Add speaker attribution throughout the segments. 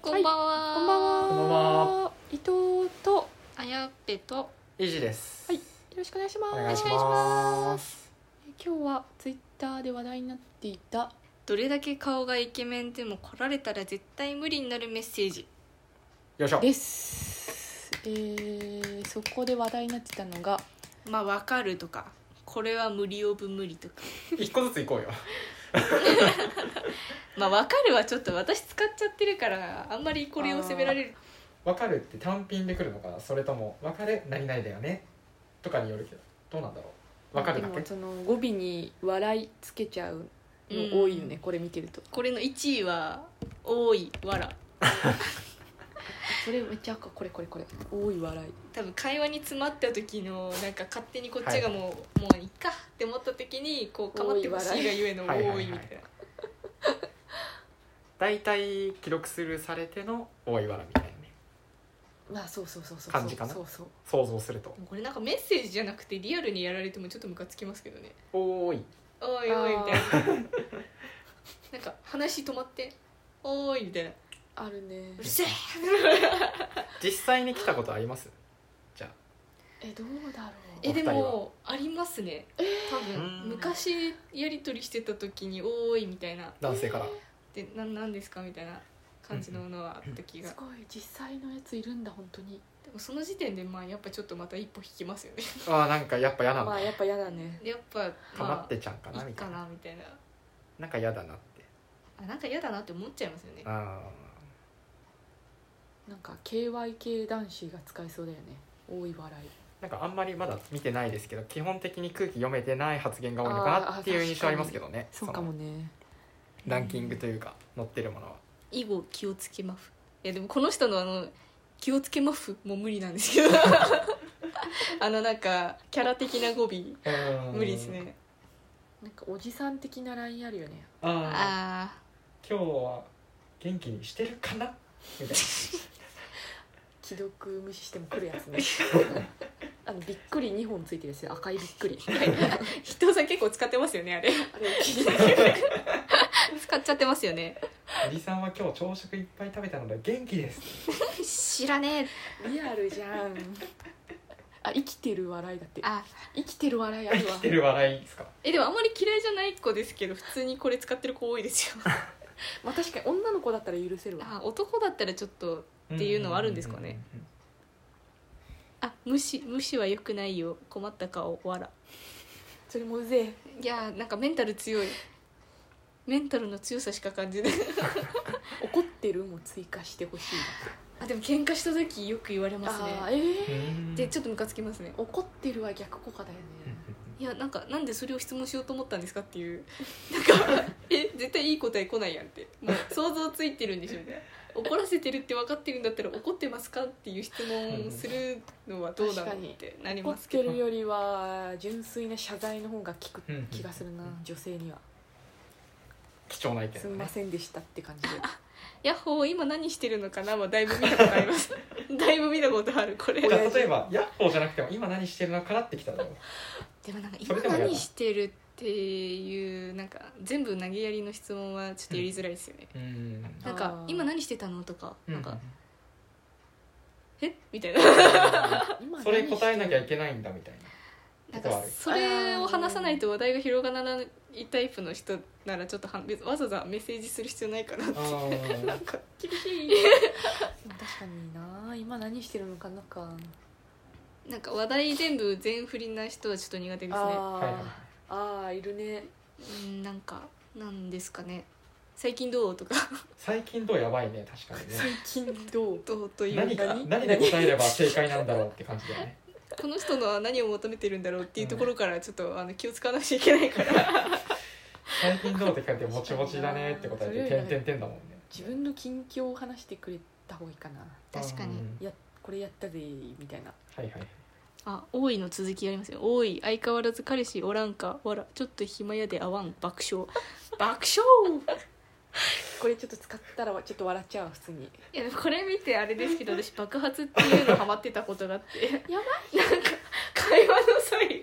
Speaker 1: こんばんは。
Speaker 2: こんばんは。
Speaker 3: こんばん
Speaker 2: 伊藤とよ
Speaker 1: あやっぺと。
Speaker 3: イジです。
Speaker 2: はいろしくお願いします。
Speaker 3: お願いし
Speaker 1: お願い
Speaker 3: ま。
Speaker 1: します
Speaker 2: 今日はツイッターで話題になっていた
Speaker 1: どれだけ顔がイケメンでも来られたら絶対無理になるメッセージ。
Speaker 3: よいしょ。
Speaker 2: です。えー、そこで話題になってたのが
Speaker 1: まあ、わかるとか。これは無理オブ無理とか。
Speaker 3: 一個ずつ行こうよ。
Speaker 1: まあ、わかるはちょっと私使っちゃってるから、あんまりこれを責められる。
Speaker 3: わかるって単品で来るのかな、それともわかる何々だよねとかによるけど、どうなんだろう。わかるだ
Speaker 2: でも
Speaker 3: け。
Speaker 2: その語尾に笑いつけちゃうの多いよね、
Speaker 1: うん
Speaker 2: これ見てると
Speaker 1: これの1位は、多い、わら。
Speaker 2: それめっちゃ赤これこれこれ多い笑い
Speaker 1: 多分会話に詰まった時のなんか勝手にこっちがもう、もういいかって思った時にこうかまってほしいがゆえの多
Speaker 3: 多い笑い
Speaker 1: いみたいな
Speaker 3: だいたい記録するされての大いわらみたいなね。
Speaker 2: まあそうそうそうそう
Speaker 3: 感じかな
Speaker 2: そうそう
Speaker 3: 想像すると。
Speaker 1: これなんかメッセージじゃなくてリアルにやられてもちょっとムカつきますけどね
Speaker 3: おーい。
Speaker 1: 「おいおい」
Speaker 2: あー
Speaker 1: みたいななんか話止まって「おーい」みたいな「
Speaker 2: あるね
Speaker 1: うるせえ!」
Speaker 3: 実際に来たことあります。じゃ
Speaker 2: えどうだろう
Speaker 1: え
Speaker 3: お二
Speaker 1: で
Speaker 3: 人は
Speaker 1: もありますね多
Speaker 3: う
Speaker 1: 分
Speaker 3: ん
Speaker 1: 昔やり取りしてた時に「おーい」みたいな
Speaker 3: あ男性から。
Speaker 1: 「でななんですか?」みたいな感じのものはあった気が
Speaker 2: すごい実際のやついるんだ本当に
Speaker 1: でもその時点でまあやっぱちょっとまた一歩引きますよね
Speaker 3: ああなんかやっぱ嫌なん
Speaker 2: ま
Speaker 3: だ
Speaker 2: あ。やっぱ嫌だね
Speaker 1: やっぱ
Speaker 3: かま
Speaker 1: ま
Speaker 3: っ
Speaker 1: あい
Speaker 3: てちゃんかなみ
Speaker 1: い
Speaker 3: た
Speaker 1: か
Speaker 3: いな。
Speaker 1: なみたいな
Speaker 3: なんか嫌だなって。
Speaker 1: あなんか嫌だなって思っちゃいますよね
Speaker 3: あ
Speaker 2: なんか KYK 男子が使いそうだよね多い笑い
Speaker 3: あ。なんかあんまりまだ見てないですけど基本的に空気読めてない発言が多いのかなっていう印象ありますけどね
Speaker 2: そうかもね
Speaker 3: ランキングというか載ってるものは
Speaker 1: 以後気をつけまふいやでもこの人のあの「気をつけまふ」も無理なんですけど あのなんかキャラ的な語尾無理ですね
Speaker 2: なんかおじさん的なラインあるよね
Speaker 3: あ
Speaker 1: ああ
Speaker 3: ー今日は元気にしてるかなみたい
Speaker 2: 既読無視しても来るやつ ねあのびっくり2本ついてるやつね赤いびっ くり
Speaker 1: 伊藤さん結構使ってますよねあれ
Speaker 2: あれお気に入り
Speaker 1: 使っちゃってますよね
Speaker 3: なおじさんは今日朝食いっぱい食べたので元気です
Speaker 1: 知らねえ
Speaker 2: リアルじゃん あ生きてる笑いだって
Speaker 1: あ
Speaker 2: 生きてる笑いあ
Speaker 3: 生
Speaker 2: るわ
Speaker 3: きてる笑いですか
Speaker 1: えでもあんまり嫌いじゃない子ですけど普通にこれ使ってる子多いですよ
Speaker 2: まあ確かに女の子だったら許せるわ
Speaker 1: あ男だったらちょっとっていうのはあるんですかねあ無視無視は良くないよ困った顔わら
Speaker 2: それもうぜえ
Speaker 1: いやーなんかメンタル強いメンタルの強さしか感じない
Speaker 2: 怒ってるも追加してほしい
Speaker 1: あでも喧嘩した時よく言われ
Speaker 2: わ
Speaker 1: ます
Speaker 2: あ
Speaker 1: ね
Speaker 2: ーえ
Speaker 3: うん
Speaker 2: ー
Speaker 3: うんうん
Speaker 1: でちょっとムカつきますね
Speaker 2: 怒ってるは逆効果だよね
Speaker 1: いやなんかなんでそれを質問しようと思ったんですかっていうなんかえ絶対いい答え来ないやんってもう想像ついてるんでしょうね怒らせてるって分かってるんだったら怒ってますかっていう質問するのはどうなのってなり
Speaker 2: 怒
Speaker 1: ま
Speaker 2: っ
Speaker 1: すけ
Speaker 2: て
Speaker 1: ど
Speaker 2: るよりは純粋な謝罪の方が効く
Speaker 3: うんうん
Speaker 2: 気がするな女性には
Speaker 3: 貴重な意見
Speaker 2: す
Speaker 3: だ
Speaker 2: み
Speaker 3: ね
Speaker 2: ませんでしたって感じで
Speaker 1: ヤッホー今何してるのかなはだいぶ見たことあります だいぶ見たことあるこれ
Speaker 3: じゃあ例えば「ヤッホー」じゃなくても「今何してるのかな?」ってきたらどう
Speaker 1: でもなんか
Speaker 3: そ
Speaker 1: 今
Speaker 3: れでもやだ
Speaker 1: 何してるっていうなんか全部投げやりの質問はちょっとやりづらいですよね、
Speaker 3: うん
Speaker 1: なん
Speaker 2: あ
Speaker 1: か
Speaker 2: ー
Speaker 1: 今何してたのとかなんか、えみたいな
Speaker 2: 今
Speaker 3: それ答えなきゃ
Speaker 2: 何して
Speaker 3: い
Speaker 2: る
Speaker 3: けないんだみたい
Speaker 1: な
Speaker 3: なんとこ
Speaker 1: か
Speaker 3: ある
Speaker 1: それを話さないと話題が広がらないタイプの人ならちょっとは別わざわざメッセージする必要ないかなって
Speaker 3: なあー
Speaker 1: なんか厳し
Speaker 2: でも確かにな今何してるのかなか
Speaker 1: いなんか話題全部全振りな人はちょっと苦手ですね
Speaker 3: はいはい
Speaker 2: あーあーいるね
Speaker 1: うんなんかなんですかね最近どうとか
Speaker 3: 最近どうやばいね確かにね
Speaker 2: 最近どう
Speaker 1: どうという
Speaker 3: 何
Speaker 1: か
Speaker 3: か
Speaker 2: 何
Speaker 3: 何で答えれば正解なんだろうって感じだよね
Speaker 1: この人のは何を求めてるんだろうっていうところからちょっとあの気を使わなくちゃいけないから
Speaker 3: 最近どうって聞かれてもちもちだねって答えて点点点だもんね
Speaker 2: 自分の近況を話してくれた方がいいかな
Speaker 1: 確かに
Speaker 3: うん
Speaker 2: やこれやったぜみたいな
Speaker 3: はいはい
Speaker 1: あ多いの続きやりますよ多い相変わらず彼氏おらんかわらちょっと暇やで会わん爆笑爆笑
Speaker 2: これちょっと使ったらちょっと笑っちゃうわ普通に
Speaker 1: いやでもこれ見てあれですけど私爆発っていうのハマってたことがあって
Speaker 2: やば
Speaker 1: いなんか会話の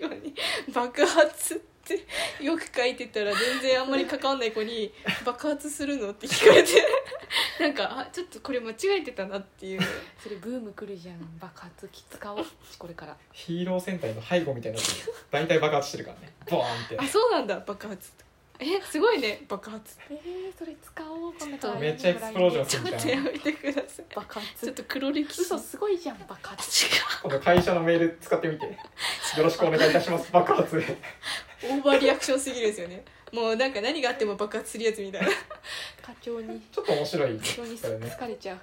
Speaker 1: 最後に爆発ってよく書いてたら全然あんまり関わんない子に「爆発するの?」って聞かれて なんかあちょっとこれ間違えてたなっていう
Speaker 2: それブーム来るじゃん爆発機使おうこれから
Speaker 3: ヒーロー戦隊の背後みたいなやつ大体爆発してるからねボーンって
Speaker 1: あそうなんだ爆発えすごいね爆発
Speaker 2: えー、それ使おうこんな
Speaker 1: ちょっと
Speaker 3: めっちゃエクスプロージョン
Speaker 1: ち
Speaker 3: す
Speaker 1: ょっ
Speaker 3: る
Speaker 1: と
Speaker 3: じゃ
Speaker 1: や
Speaker 3: ん
Speaker 1: めてください
Speaker 2: 爆
Speaker 1: ちょっ
Speaker 2: 発
Speaker 1: と黒歴史
Speaker 2: 嘘すごいじゃん爆発
Speaker 3: 今度会社のメール使ってみてよろしくお願いいたします 爆発
Speaker 1: オーバーリアクションすぎるですよねもうなんか何があっても爆発するやつみたいな
Speaker 2: 課長に
Speaker 3: ちょっと面白いね
Speaker 2: 課長に
Speaker 3: それね
Speaker 2: 疲れちゃう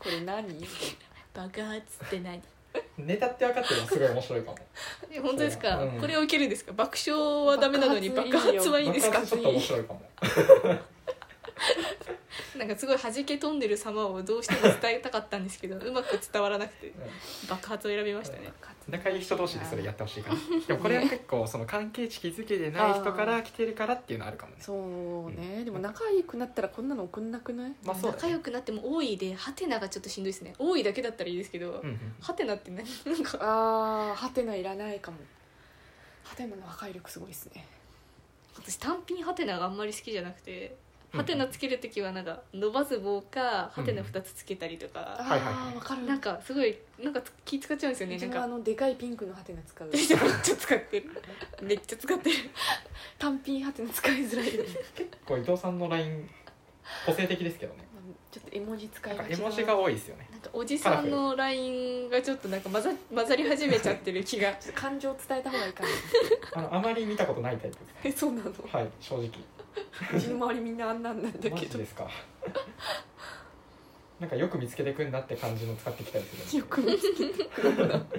Speaker 2: これ何みたい
Speaker 1: 爆発って何
Speaker 3: ネタって分かってるのすごい面 白いかも
Speaker 1: え本当ですか、
Speaker 3: うん
Speaker 1: これを受けるんですか爆笑はダメなのに爆
Speaker 2: 爆
Speaker 1: 発
Speaker 2: 発
Speaker 1: はい
Speaker 2: い
Speaker 1: いん
Speaker 3: 爆
Speaker 1: ですか
Speaker 3: 発ちょっと面白いかも
Speaker 1: なんかすごい弾け飛んでる様をどうしても伝えたかったんですけどうまく伝わらなくて爆発を選びましたね
Speaker 2: な爆発
Speaker 3: 仲いい人同士でそれやってほしいからでもこれは結構その関係値築けてない人から来てるからっていうのあるかもね
Speaker 2: そうねでも仲良くなったらこんなの送んなくない
Speaker 3: まあそうだ
Speaker 1: 仲
Speaker 3: ね
Speaker 1: 良くなっても多いでハテナがちょっとしんどいですね多いだけだったらいいですけど、
Speaker 3: うんうん
Speaker 1: ハテナって何 なんか
Speaker 2: あーハテナいらないかもハテナの破壊力すごいですね
Speaker 1: 私単品ハテナがあんまり好きじゃなくて
Speaker 3: うん
Speaker 1: ハテナつける時はなんか伸ばす棒かハテナ2つつけたりとか、
Speaker 2: あ
Speaker 3: はいはいはい
Speaker 2: ーわかる
Speaker 1: なんかすごいなんか気使っちゃうんですよね
Speaker 2: う
Speaker 1: な
Speaker 2: ち
Speaker 1: ん
Speaker 2: のあ
Speaker 1: か
Speaker 2: のでかいピンクのハテナ使う
Speaker 1: めっちゃ使ってるめっちゃ使ってる
Speaker 2: 単品ハテナ使いづらいよね
Speaker 3: 結構伊藤さんの LINE 個性的ですけどね
Speaker 2: まあちょっと絵文字使
Speaker 3: ないん
Speaker 2: が
Speaker 3: か
Speaker 2: ち
Speaker 3: 絵文字が多いですよね
Speaker 1: なんかおじさんの LINE がちょっとなんか混ざ混ざり始めちゃってる気が
Speaker 2: ちょっと感情伝えた方がいいかな
Speaker 3: あのあまり見たことないタイプで
Speaker 2: えそうなのう
Speaker 3: すはい正直
Speaker 2: ちの周りみんなあんなんなんだけど
Speaker 3: マジですか なんかよく見つけてくんなって感じの使ってきたりするんです
Speaker 2: よく見つけ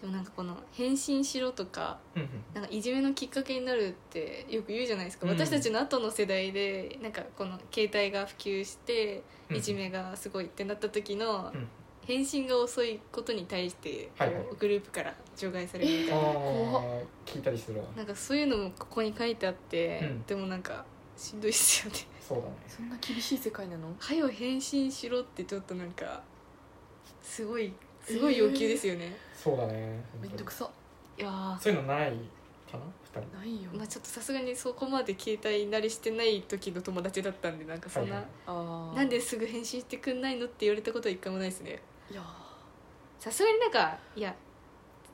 Speaker 1: でもなんかこの「返信しろ」とか
Speaker 3: うんうん
Speaker 1: なんかいじめのきっかけになるってよく言うじゃないですか、
Speaker 3: うん
Speaker 1: 私たちの後の世代でなんかこの携帯が普及して
Speaker 3: うん
Speaker 1: いじめがすごいってなった時の
Speaker 3: うん
Speaker 1: 返信が遅いことに対してこ
Speaker 3: はいはいう
Speaker 1: グループから除外され るみたいな,、
Speaker 3: ああ聞いたりするわ
Speaker 1: なんかそういうのもここに書いてあって、
Speaker 3: うん
Speaker 1: でもなんかしんどいっすよね
Speaker 3: そうだね
Speaker 2: そんな厳しい世界なの
Speaker 1: はよ返信しろってちょっとなんかすごいすごい要求ですよね、
Speaker 3: そうだね
Speaker 2: めんどくさ
Speaker 1: いやー
Speaker 3: そういうのないかな二人
Speaker 2: ないよ
Speaker 1: まあ、ちょっとさすがにそこまで携帯慣れしてない時の友達だったんでなんかそんな、
Speaker 3: はい
Speaker 2: あー
Speaker 1: なんですぐ返信してくんないのって言われたことは一回もないですね
Speaker 2: いやー
Speaker 1: さすがになんかいや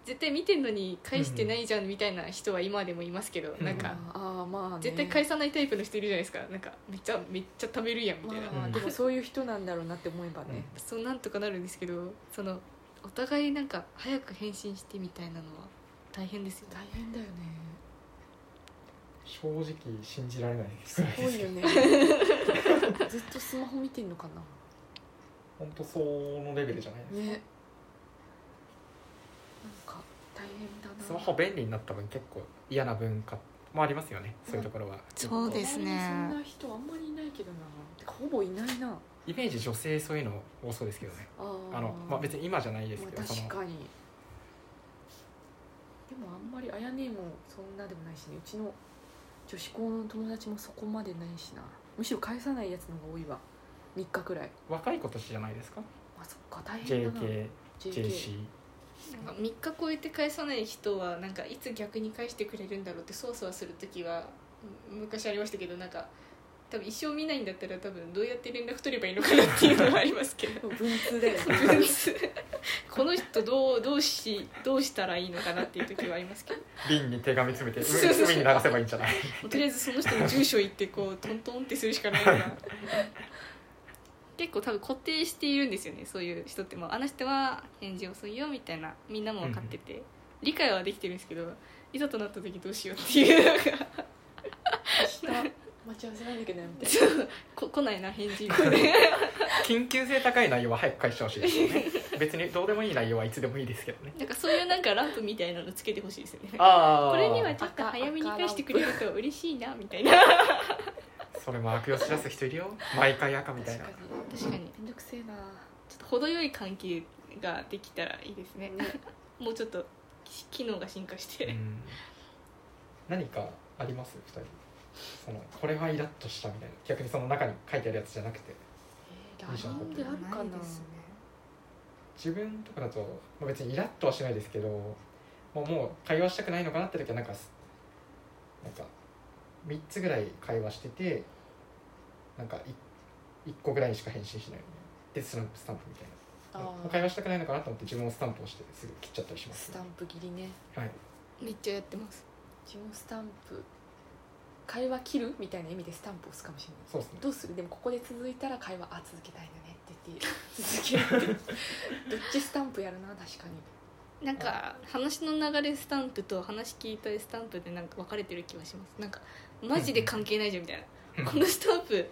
Speaker 1: 絶対見てんのに返してないじゃんみたいな人は今でもいますけど、
Speaker 3: うん
Speaker 1: なんか
Speaker 2: あーまあね
Speaker 1: 絶対返さないタイプの人いるじゃないですかなんかめっちゃめっちゃ貯めるやんみ
Speaker 2: ま
Speaker 1: たいな、
Speaker 2: あでもそういう人なんだろうなって思えばね、
Speaker 1: そうなんとかなるんですけどそのお互いなんか早く返信してみたいなのは大変ですよね
Speaker 2: 大変だよね
Speaker 3: 正直信じられないです
Speaker 2: すごいよね ずっとスマホ見てんのか
Speaker 3: 本当そのレベルじゃないです
Speaker 2: なねなんか大変だな
Speaker 3: スマホ便利になった分結構嫌な文化もありますよねそういうところは
Speaker 1: そうですね
Speaker 2: 周りにそんな人あんまりいないけどなてかほぼいないな
Speaker 3: イメージ女性そういうの多そうですけどね
Speaker 2: あー
Speaker 3: あの、まあ、別に今じゃないですけど
Speaker 2: まあ
Speaker 3: その
Speaker 2: 確かにでもあんまりあやねえもそんなでもないしねうちの女子校の友達もそこまでないしなむしろ返さないやつの方が多いわ3日くらい
Speaker 3: 若い子たちじゃないですか
Speaker 2: まあそっか大変だな
Speaker 3: JKJC
Speaker 1: なんか3日超えて返さない人はなんかいつ逆に返してくれるんだろうってそわそわする時はうん昔ありましたけどなんか多分一生見ないんだったら多分どうやって連絡取ればいいのかなっていうのがありますけ ど
Speaker 2: 文通だよね
Speaker 1: この人どうどうしどうしたらいいのかなっていう時はありますけど
Speaker 3: 瓶に手紙詰 めて
Speaker 1: そうそうそう
Speaker 3: 海に流せばいいんじゃない
Speaker 1: とりあえずその人の住所行ってこうトントンってするしかないから結構多分固定しているんですよねそういう人ってもうあの人は返事遅いよみたいなみんなも分かってて、理解はできてるんですけどいざとなった時どうしようっていうのが
Speaker 2: 明日待ち合わせなんだけどみたい
Speaker 1: そうこ来ないな返事みたいな
Speaker 3: 緊急性高い内容は早く返してほしいですよ ね別にどうでもいい内容はいつでもいいですけどね
Speaker 1: なんかそういうなんかランプみたいなのつけてほしいですよね
Speaker 3: あ
Speaker 1: こ
Speaker 3: あ
Speaker 1: れにはちょっと早めに返してくれると嬉しいなみたいな
Speaker 3: それも悪用しだす人いるよ毎回赤み
Speaker 2: な
Speaker 3: たい
Speaker 2: 確
Speaker 3: な
Speaker 2: かに
Speaker 1: 確かに
Speaker 2: めんどくせえな
Speaker 1: ちょっと程よい関係ができたらいいですね
Speaker 2: ね
Speaker 1: もうちょっと機能が進化して、
Speaker 3: うん何かあります二人そのこれはイラッとしたみたいな逆にその中に書いてあるやつじゃなくて
Speaker 2: え
Speaker 3: いいじゃん
Speaker 2: LINE であるかな
Speaker 3: 自分とかだと、まあ、別にイラッとはしないですけど、まあ、もう会話したくないのかなって時はなんかすなんか3つぐらい会話しててなんか1個ぐらいにしか返信しないみたいなでスタンプスタンプみたいな
Speaker 2: あ
Speaker 3: 会話したくないのかなと思って自分もスタンプをしてすぐ切っちゃったりし
Speaker 2: ー
Speaker 3: ます
Speaker 2: ス
Speaker 3: ね、
Speaker 2: タンプ切りね
Speaker 3: はい
Speaker 1: めっちゃやってます
Speaker 2: 自分もスタンプ会話切るみたいな意味でスタンプ押すかもしれない
Speaker 3: そうです ね
Speaker 2: どうするでもここで続いたら会話あ続けたいのねって 言って続けるってどっちスタンプやるな確かに
Speaker 1: なんか話の流れスタンプと話聞いたスタンプでなんか分かれてる気がしますなんかマジで関係ないじゃんみたい
Speaker 3: うん
Speaker 1: なこのスタンプ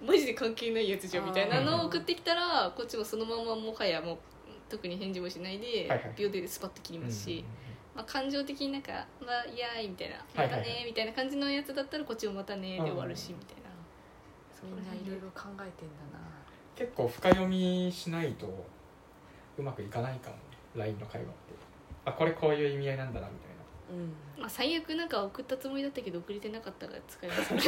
Speaker 1: マジで関係ないやつじゃんみたいな
Speaker 3: あー
Speaker 1: のを送ってきたらこっちもそのままもはやもう特に返事もしないで
Speaker 3: はいはい
Speaker 1: 秒でスパッと切りますし、まあ、感情的になんか「まあ、イやーい」みたいな「
Speaker 3: はい
Speaker 1: ま
Speaker 3: はいはい
Speaker 1: たね」みたいな感じのやつだったらこっちも「またね」で終わるし
Speaker 3: うん
Speaker 1: みたいな
Speaker 2: みんないろいろ考えてんだな
Speaker 3: 結構深読みしないとうまくいかないかも LINE の会話ってあこれこういう意味合いなんだなみたいな
Speaker 2: うん
Speaker 1: まあ、最悪なんか送ったつもりだったけど送れてなかったら使いますね